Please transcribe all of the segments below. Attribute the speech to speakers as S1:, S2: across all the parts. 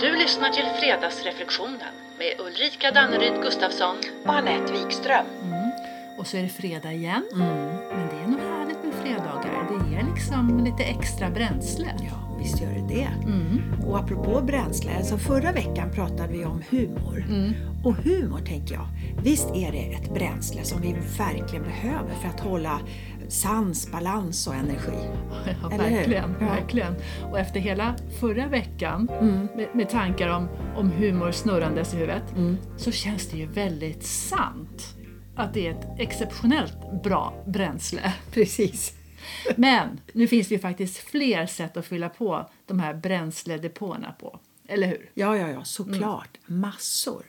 S1: Du lyssnar till Fredagsreflektionen med Ulrika Danneryd Gustafsson.
S2: och Anette Wikström.
S3: Mm. Och så är det fredag igen.
S2: Mm.
S3: Men det är nog härligt med fredagar. Det ger liksom lite extra bränsle.
S2: Ja, visst gör det det.
S3: Mm.
S2: Och apropå bränsle, alltså förra veckan pratade vi om humor.
S3: Mm.
S2: Och humor tänker jag, visst är det ett bränsle som vi verkligen behöver för att hålla sans, balans och energi.
S3: Ja,
S2: Eller hur?
S3: verkligen,
S2: Ja.
S3: verkligen. Och efter hela förra veckan
S2: Mm.
S3: med, med tankar om, om humor snurrandes i huvudet
S2: Mm.
S3: så känns det ju väldigt sant att det är ett exceptionellt bra bränsle.
S2: Precis.
S3: Men nu finns det ju faktiskt fler sätt att fylla på de här bränsledepåerna på. Eller hur?
S2: Ja, ja, ja, såklart. Massor.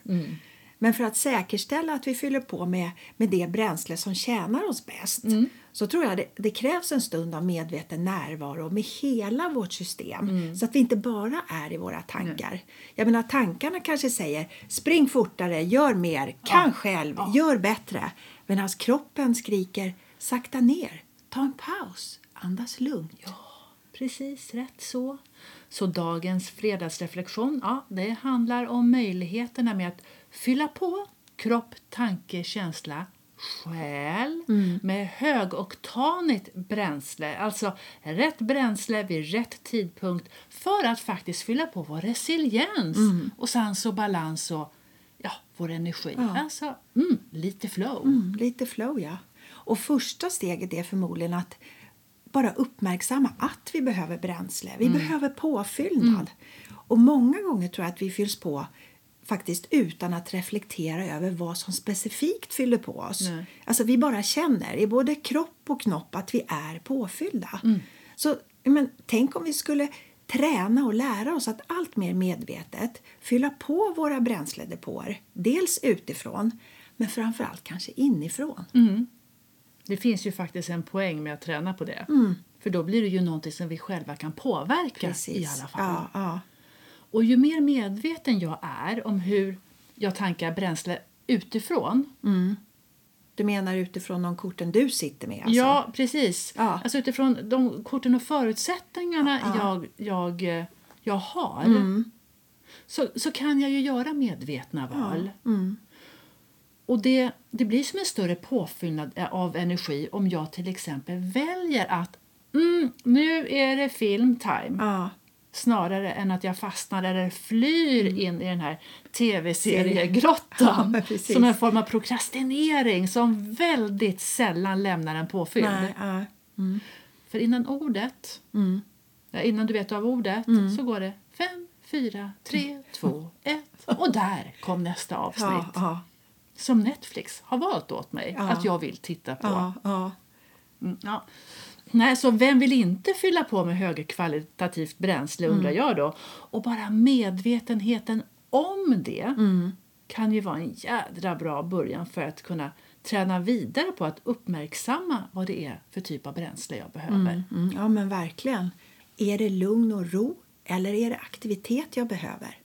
S2: Men för att säkerställa att vi fyller på med, med det bränsle som tjänar oss bäst så tror jag det, det krävs en stund av medveten närvaro med hela vårt system så att vi inte bara är i våra tankar. Jag menar tankarna kanske säger spring fortare, gör mer, kan själv, gör bättre. Medan kroppen skriker sakta ner, ta en paus, andas lugnt.
S3: Precis rätt så. Så dagens fredagsreflektion ja, det handlar om möjligheterna med att fylla på kropp, tanke, känsla, själ med högoktanigt bränsle. Alltså rätt bränsle vid rätt tidpunkt för att faktiskt fylla på vår resiliens och sans och balans och ja, vår energi. Alltså mm, lite flow.
S2: Mm, lite flow, ja. Och första steget är förmodligen att bara uppmärksamma att vi behöver bränsle. Vi behöver påfyllnad. Och många gånger tror jag att vi fylls på faktiskt utan att reflektera över vad som specifikt fyller på oss.
S3: Nej.
S2: Alltså vi bara känner i både kropp och knopp att vi är påfyllda. Så men, tänk om vi skulle träna och lära oss att allt mer medvetet fylla på våra bränsledepåer. Dels utifrån, men framförallt kanske inifrån.
S3: Mm. Det finns ju faktiskt en poäng med att träna på det. För då blir det ju någonting som vi själva kan påverka i alla fall.
S2: Ja, ja.
S3: Och ju mer medveten jag är om hur jag tankar bränsle utifrån.
S2: Du menar utifrån de korten du sitter med? Alltså.
S3: Ja, precis.
S2: Ja.
S3: Alltså utifrån de korten och förutsättningarna jag, jag, eh, jag har
S2: Mm.
S3: så, så kan jag ju göra medvetna val.
S2: mm.
S3: Och det, det blir som en större påfyllnad eh, av energi om jag till exempel väljer att mm, nu är det filmtime.
S2: ja.
S3: snarare än att jag fastnar eller flyr in i den här
S2: Mm. Ja,
S3: tv-seriegrottan
S2: men precis.
S3: som en form av prokrastinering som väldigt sällan lämnar en påfylld.
S2: Nej, Mm. ja.
S3: För innan ordet, ja, innan du vet av ordet,
S2: Mm.
S3: så går det fem, fyra, tre, två, ett och där kom nästa avsnitt
S2: Ja, ja,
S3: som Netflix har valt åt mig
S2: Ja.
S3: att jag vill titta på.
S2: ja, ja.
S3: Mm, ja. Nej, så vem vill inte fylla på med högkvalitativt bränsle
S2: Mm.
S3: undrar jag då. Och bara medvetenheten om det
S2: Mm.
S3: kan ju vara en jädra bra början för att kunna träna vidare på att uppmärksamma vad det är för typ av bränsle jag behöver.
S2: Mm, ja, men verkligen. Är det lugn och ro eller är det aktivitet jag behöver?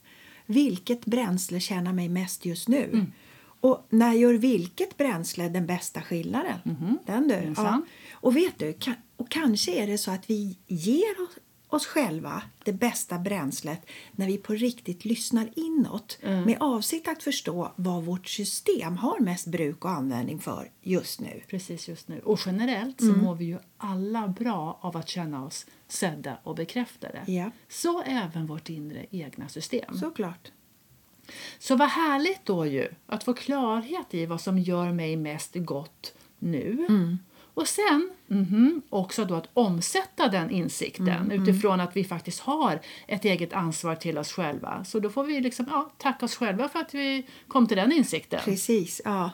S2: Vilket bränsle tjänar mig mest just nu? Och när gör vilket bränsle den bästa skillnaden? Den du. Ja.
S3: Minsann.
S2: Och vet du, ka- och kanske är det så att vi ger oss, oss själva det bästa bränslet när vi på riktigt lyssnar inåt med avsikt att förstå vad vårt system har mest bruk och användning för just nu.
S3: Precis just nu. Och generellt
S2: Mm.
S3: så mår vi ju alla bra av att känna oss sedda och bekräftade.
S2: Ja.
S3: Så även vårt inre egna system.
S2: Såklart.
S3: Så vad härligt då ju att få klarhet i vad som gör mig mest gott nu. Och sen mhm, också då att omsätta den insikten utifrån att vi faktiskt har ett eget ansvar till oss själva. Så då får vi liksom, ja, tacka oss själva för att vi kom till den insikten.
S2: Precis, ja.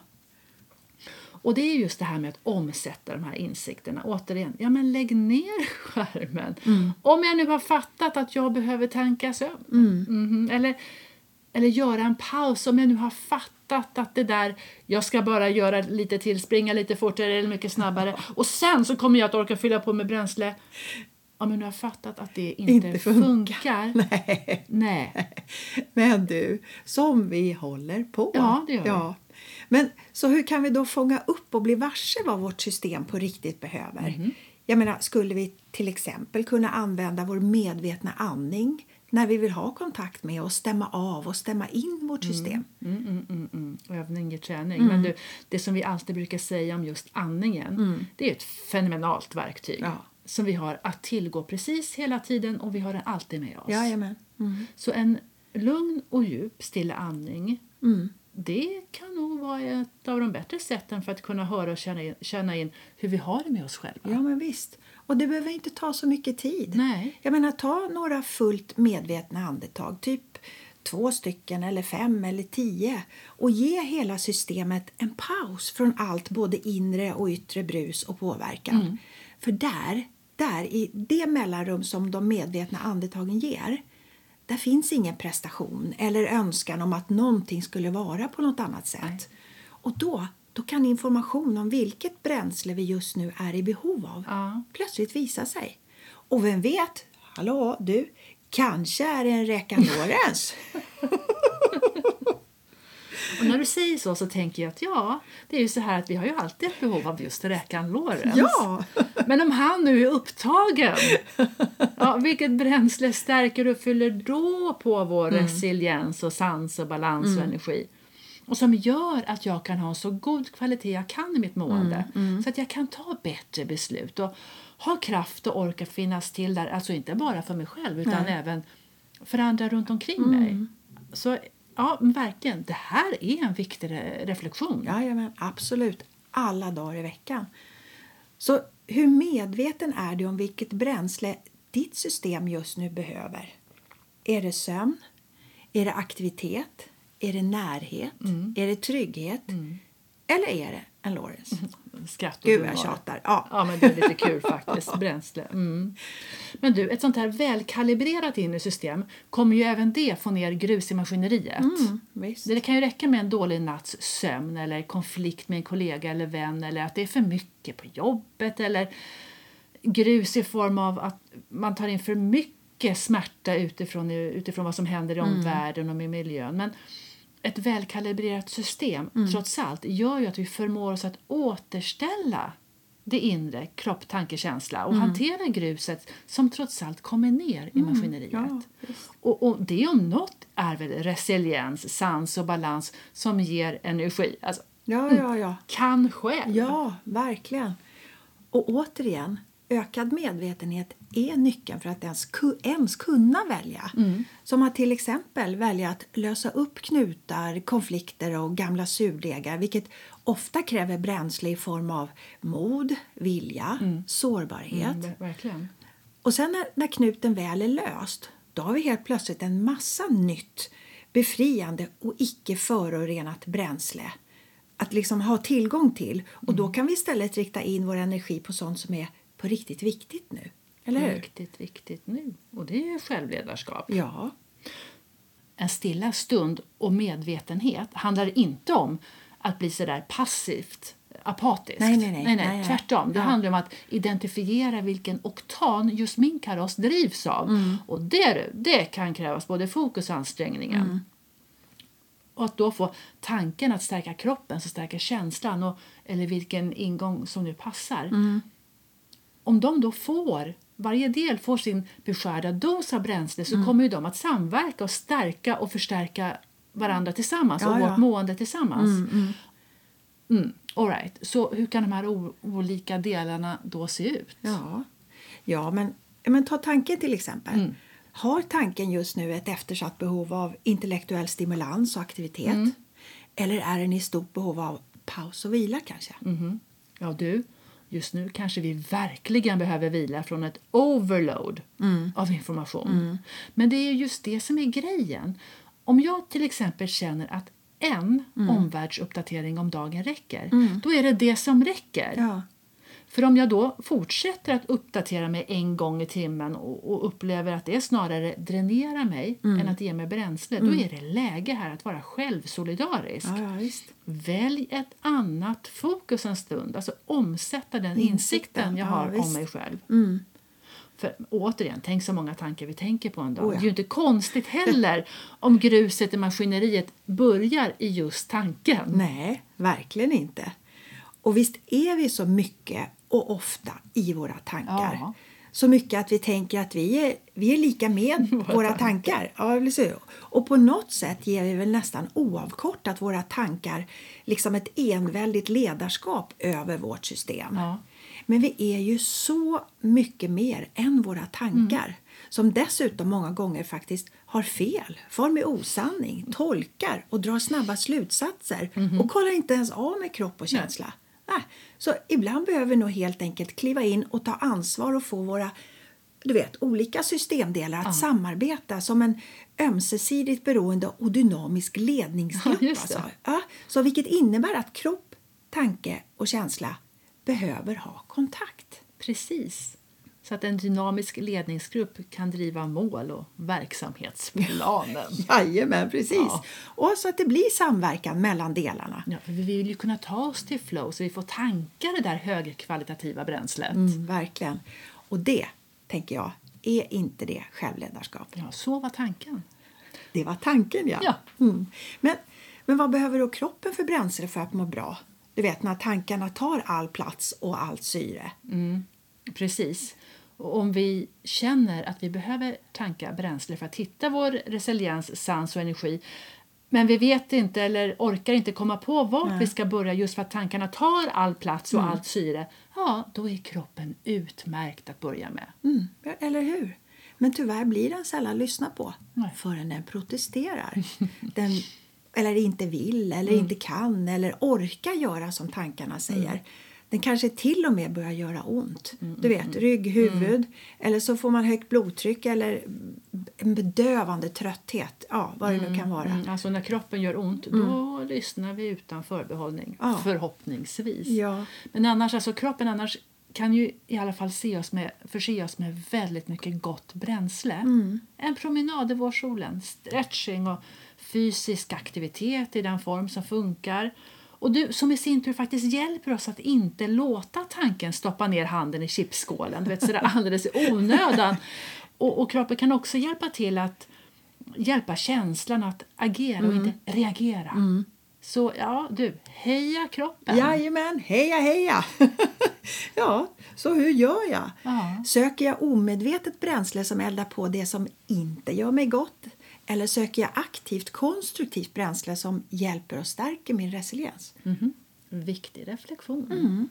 S3: Och det är just det här med att omsätta de här insikterna. Återigen, ja men lägg ner skärmen.
S2: Mm.
S3: Om jag nu har fattat att jag behöver tanka sömn.
S2: Mm.
S3: Mhm. Eller, eller göra en paus. Om jag nu har fattat att det där, jag ska bara göra lite till, springa lite fortare eller mycket snabbare. Och sen så kommer jag att orka fylla på med bränsle. Ja men nu har jag fattat att det inte,
S2: Inte
S3: funkar.
S2: funkar. Nej.
S3: Nej.
S2: Men du, som vi håller på.
S3: Ja, det gör vi.
S2: ja. Men så hur kan vi då fånga upp och bli varse vad vårt system på riktigt
S3: Mhm.
S2: behöver? Jag menar, skulle vi till exempel kunna använda vår medvetna andning när vi vill ha kontakt med och stämma av och stämma in vårt system.
S3: Mm, mm, mm, mm. Övning är träning. Men du, det som vi alltid brukar säga om just andningen, det är ett fenomenalt verktyg
S2: Mm. Ja.
S3: som vi har att tillgå precis hela tiden och vi har den alltid med oss.
S2: Jajamän. Mm.
S3: Så en lugn och djup stilla andning
S2: Mm.
S3: det kan nog vara ett av de bättre sätten för att kunna höra och känna in, känna in hur vi har det med oss själva.
S2: Ja, men visst. Och det behöver inte ta så mycket tid.
S3: Nej.
S2: Jag menar, ta några fullt medvetna andetag, typ två stycken eller fem eller tio och ge hela systemet en paus från allt både inre och yttre brus och påverkan.
S3: Mm.
S2: För där, där, i det mellanrum som de medvetna andetagen ger, där finns ingen prestation eller önskan om att någonting skulle vara på något annat sätt.
S3: Nej.
S2: Och då, då kan information om vilket bränsle vi just nu är i behov av
S3: Ja.
S2: plötsligt visa sig. Och vem vet, hallå du, kanske är det en räka Lorenz.
S3: Och när du säger så så tänker jag att ja, det är ju så här att vi har ju alltid ett behov av just räkan Lorenz.
S2: Ja.
S3: Men om han nu är upptagen, ja, vilket bränsle stärker och fyller då på vår
S2: Mm.
S3: resiliens och sans och balans och energi? Och som gör att jag kan ha en så god kvalitet jag kan i mitt mående
S2: Mm,
S3: så att jag kan ta bättre beslut och ha kraft och orka finnas till där, alltså inte bara för mig själv utan även för andra runt omkring
S2: Mm.
S3: mig. Så ja, men verkligen, det här är en viktig re- reflektion.
S2: Jajamän, absolut. Alla dagar i veckan. Så hur medveten är du om vilket bränsle ditt system just nu behöver? Är det sömn? Är det aktivitet? Är det närhet? Är det trygghet? Eller är det en Lorenz?
S3: Skratt och
S2: Gud,
S3: humör.
S2: jag tjatar. Ja.
S3: Ja, men det är lite kul faktiskt. Bränsle. Mm. Men du, ett sånt här välkalibrerat inre system kommer ju även det få ner grus i maskineriet.
S2: Mm, visst.
S3: Det kan ju räcka med en dålig natts sömn eller konflikt med en kollega eller vän eller att det är för mycket på jobbet eller grus i form av att man tar in för mycket smärta utifrån, utifrån vad som händer
S2: Mm.
S3: i omvärlden och med miljön. Men ett välkalibrerat system
S2: Mm.
S3: trots allt gör ju att vi förmår oss att återställa det inre, kropp, tanke, känsla
S2: Mm.
S3: och hantera gruset som trots allt kommer ner i maskineriet.
S2: ja,
S3: och, och det om något är väl resiliens, sans och balans som ger energi. Alltså,
S2: Ja, ja, ja.
S3: kan själv.
S2: Ja, verkligen. Och återigen, ökad medvetenhet är nyckeln för att ens, ku- ens kunna välja. Som att till exempel välja att lösa upp knutar, konflikter och gamla surdegar vilket ofta kräver bränsle i form av mod, vilja, sårbarhet.
S3: Mm, verkligen.
S2: Och sen när, när knuten väl är löst, då har vi helt plötsligt en massa nytt befriande och icke förorenat bränsle att liksom ha tillgång till. Och då kan vi istället rikta in vår energi på sånt som är på riktigt viktigt nu. Eller
S3: Mm.
S2: hur?
S3: Riktigt, riktigt nu. Och det är ju självledarskap.
S2: Ja.
S3: en stilla stund och medvetenhet handlar inte om att bli sådär passivt apatisk.
S2: Nej, nej, nej.
S3: nej,
S2: Nej, nej.
S3: Tvärtom. Det
S2: Ja.
S3: handlar om att identifiera vilken oktan just min kaross drivs av.
S2: Mm.
S3: Och det, du, det kan krävas både fokus och ansträngningen.
S2: Mm.
S3: Och att då få tanken att stärka kroppen, så stärka känslan och, eller vilken ingång som nu passar
S2: Mm.
S3: om de då får, varje del får sin beskärda dos av bränsle
S2: Mm.
S3: så kommer ju de att samverka och stärka och förstärka varandra tillsammans och
S2: Ja, ja.
S3: vårt mående tillsammans. Mm, All right. Så hur kan de här o- olika delarna då se ut?
S2: Ja, ja men, men ta tanken till exempel. Har tanken just nu ett eftersatt behov av intellektuell stimulans och aktivitet? Eller är den i stort behov av paus och vila kanske?
S3: Mhm. Ja, du, just nu kanske vi verkligen behöver vila från ett overload
S2: Mm.
S3: av information. Men det är just det som är grejen. Om jag till exempel känner att en
S2: Mm.
S3: omvärldsuppdatering om dagen räcker, då är det det som räcker.
S2: Ja.
S3: För om jag då fortsätter att uppdatera mig en gång i timmen och, och upplever att det snarare dränerar mig
S2: Mm.
S3: än att ge mig bränsle, då är det läge här att vara självsolidarisk.
S2: Ja, ja, visst.
S3: Välj ett annat fokus en stund. Alltså omsätta den insikten,
S2: Insikten,
S3: jag
S2: ja,
S3: har om
S2: visst. Mm.
S3: mig själv. För återigen, tänk så många tankar vi tänker på en dag.
S2: Oh ja.
S3: Det är ju inte konstigt heller om gruset i maskineriet börjar i just tanken.
S2: Nej, verkligen inte. Och visst är vi så mycket och ofta i våra tankar.
S3: Ja.
S2: så mycket att vi tänker att vi är, vi är lika med våra tankar. Ja, eller så. Och på något sätt ger vi väl nästan oavkortat våra tankar liksom ett enväldigt ledarskap över vårt system.
S3: Ja.
S2: Men vi är ju så mycket mer än våra tankar som dessutom många gånger faktiskt har fel, far med osanning, tolkar och drar snabba slutsatser och kollar inte ens av med kropp och känsla. Mm-hmm. Nej. Ah, Så ibland behöver vi nog helt enkelt kliva in och ta ansvar och få våra du vet, olika systemdelar att samarbeta som en ömsesidigt beroende och dynamisk ledningsgrupp.
S3: Ja, just det.
S2: alltså. ja, så vilket innebär att kropp, tanke och känsla behöver ha kontakt.
S3: Precis. Så att en dynamisk ledningsgrupp kan driva mål och verksamhetsplanen.
S2: Jajamän, precis.
S3: Ja.
S2: Och så att det blir samverkan mellan delarna.
S3: Ja, för vi vill ju kunna ta oss till flow så vi får tanka det där högkvalitativa bränslet.
S2: Mm, verkligen. Och det, tänker jag, är inte det självledarskap?
S3: Ja, så var tanken.
S2: Det var tanken, ja.
S3: Ja.
S2: Mm. Men, men vad behöver då kroppen för bränsle för att må bra? Du vet, när tankarna tar all plats och allt syre.
S3: Precis. Och om vi känner att vi behöver tanka bränsle för att hitta vår resiliens, sans och energi men vi vet inte eller orkar inte komma på vart vi ska börja just för att tankarna tar all plats och
S2: Mm.
S3: allt syre, ja, då är kroppen utmärkt att börja med.
S2: Mm, eller hur? Men tyvärr blir den sällan lyssnad på
S3: Nej.
S2: förrän den protesterar. Den, eller inte vill, eller
S3: Mm.
S2: inte kan eller orkar göra som tankarna säger. Den kanske till och med börjar göra ont.
S3: Mm,
S2: Du vet, rygg, huvud eller så får man högt blodtryck eller en bedövande trötthet. Ja, vad det nu kan vara.
S3: Mm, alltså när kroppen gör ont, då lyssnar vi utan förbehållning,
S2: Ja.
S3: förhoppningsvis.
S2: Ja.
S3: Men annars, alltså kroppen annars kan ju i alla fall se oss med, förse oss med väldigt mycket gott bränsle. En promenad i vårsolen, stretching och fysisk aktivitet i den form som funkar. Och du, som i sin tur faktiskt hjälper oss att inte låta tanken stoppa ner handen i chipsskålen, du vet, sådär alldeles i onödan. Och, och kroppen kan också hjälpa till att hjälpa känslan att agera och inte reagera. Så ja, du, heja kroppen!
S2: Jajamän, heja heja! ja, så hur gör jag?
S3: Ja.
S2: Söker jag omedvetet bränsle som eldar på det som inte gör mig gott? Eller söker jag aktivt konstruktivt bränsle som hjälper och stärker min resiliens?
S3: Mhm. Viktig reflektion.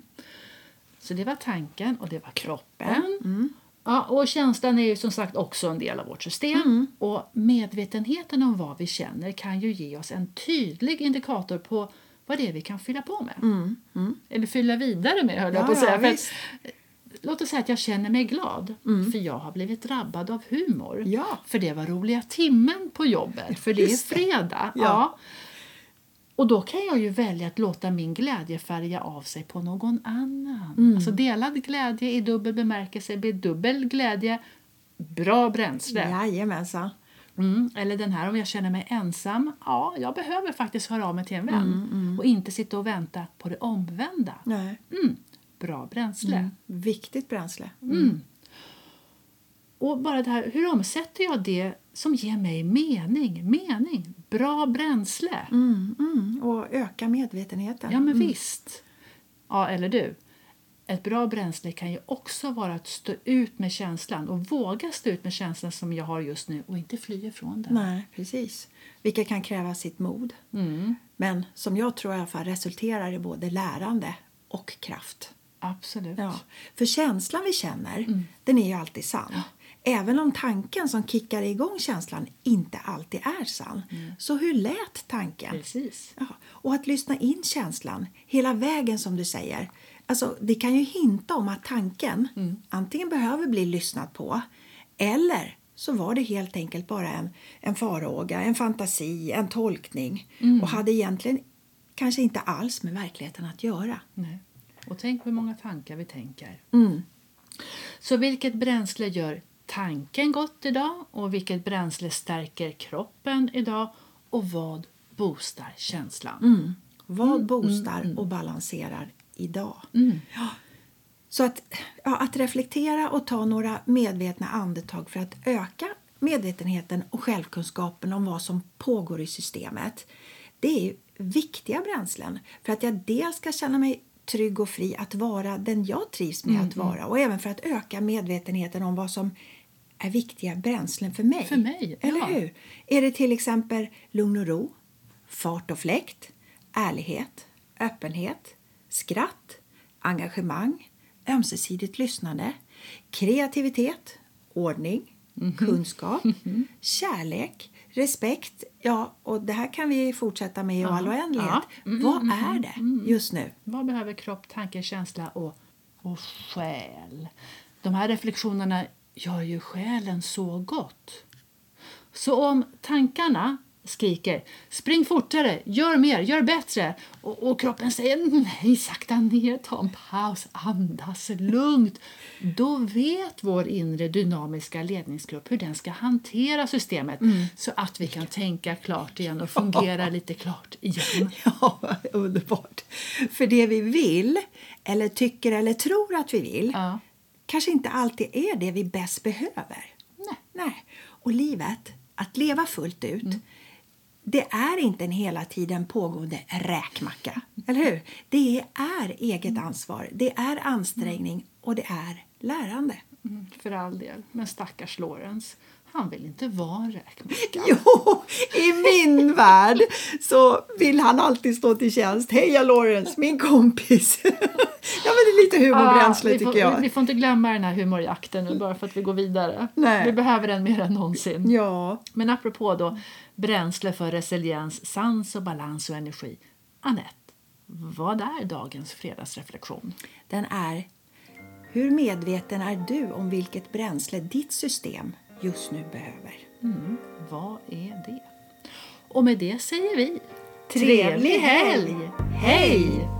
S3: Så det var tanken och det var kroppen. Ja, och känslan är ju som sagt också en del av vårt system. Och medvetenheten om vad vi känner kan ju ge oss en tydlig indikator på vad det är vi kan fylla på med. Eller fylla vidare med höll jag
S2: Ja,
S3: på att säga.
S2: ja,
S3: För att-
S2: visst.
S3: Låt oss säga att jag känner mig glad för jag har blivit drabbad av humor.
S2: Ja.
S3: För det var roliga timmen på jobbet, för det är
S2: Just det.
S3: fredag.
S2: Ja.
S3: Och då kan jag ju välja att låta min glädje färga av sig på någon annan. Alltså delad glädje i dubbel bemärkelse blir dubbel glädje, bra bränsle.
S2: Jajamensan.
S3: Mm. Eller den här om jag känner mig ensam, ja, jag behöver faktiskt höra av mig till en vän och inte sitta och vänta på det omvända.
S2: Nej.
S3: Mm. Bra bränsle.
S2: Mm. Viktigt bränsle.
S3: Mm. Och bara det här, hur omsätter jag det som ger mig mening? Mening, bra bränsle.
S2: Mm, mm. Och öka medvetenheten.
S3: Ja, men visst. Ja, eller du. Ett bra bränsle kan ju också vara att stå ut med känslan och våga stå ut med känslan som jag har just nu och inte fly ifrån den.
S2: Nej, precis. Vilka kan kräva sitt mod.
S3: Mm.
S2: Men som jag tror i alla fall resulterar i både lärande och kraft.
S3: Absolut.
S2: Ja, för känslan vi känner, den är ju alltid sann. Även om tanken som kickar igång känslan inte alltid är sann. Så hur lät tanken?
S3: Precis.
S2: Ja, och att lyssna in känslan hela vägen som du säger. Alltså, det kan ju hinta om att tanken antingen behöver bli lyssnad på eller så var det helt enkelt bara en, en faråga, en fantasi, en tolkning och hade egentligen kanske inte alls med verkligheten att göra.
S3: Nej. Och tänk på hur många tankar vi tänker.
S2: Mm.
S3: Så vilket bränsle gör tanken gott idag och vilket bränsle stärker kroppen idag och vad boostar känslan?
S2: Vad
S3: Mm,
S2: boostar och balanserar idag? Ja. Så att, ja, att reflektera och ta några medvetna andetag för att öka medvetenheten och självkunskapen om vad som pågår i systemet. Det är ju viktiga bränslen för att jag dels ska känna mig trygg och fri att vara den jag trivs med
S3: Mm,
S2: att vara och även för att öka medvetenheten om vad som är viktiga bränslen för mig.
S3: För mig,
S2: Eller
S3: ja.
S2: hur? Är det till exempel lugn och ro, fart och fläkt, ärlighet, öppenhet, skratt, engagemang, ömsesidigt lyssnande, kreativitet, ordning,
S3: Mhm.
S2: kunskap, kärlek, respekt. Ja, och det här kan vi fortsätta med i all oändlighet.
S3: Ja. Mm,
S2: Vad är det just nu?
S3: Vad behöver kropp, tanke, känsla och, och själ? De här reflektionerna gör ju själen så gott. Så om tankarna skriker spring fortare, gör mer, gör bättre och, och kroppen säger nej, sakta ner, ta en paus, andas lugnt då vet vår inre dynamiska ledningsgrupp hur den ska hantera systemet så att vi kan tänka klart igen och fungera lite klart igen.
S2: Ja, vad underbart. För det vi vill, eller tycker eller tror att vi vill
S3: Ja.
S2: kanske inte alltid är det vi bäst behöver.
S3: Nej.
S2: Nej. Och livet, att leva fullt ut det är inte en hela tiden pågående räkmacka. Eller hur? Det är eget ansvar, det är ansträngning och det är lärande.
S3: Mm, för all del. Men stackars Lorenz, han vill inte vara en räkmacka.
S2: Jo, i min värld så vill han alltid stå till tjänst. Heja Lawrence, min kompis! ja, men det är lite humorbränsle
S3: Ah, vi får,
S2: tycker jag.
S3: Vi, vi får inte glömma den här humorjakten nu bara för att vi går vidare.
S2: Nej.
S3: Vi behöver den mer än någonsin.
S2: Ja,
S3: Men apropå då, bränsle för resiliens, sans och balans och energi. Annette, vad är dagens fredagsreflektion?
S2: den är Hur medveten är du om vilket bränsle ditt system just nu behöver?
S3: Mm, vad är det? Och med det säger vi
S2: Trevlig helg!
S3: Hej!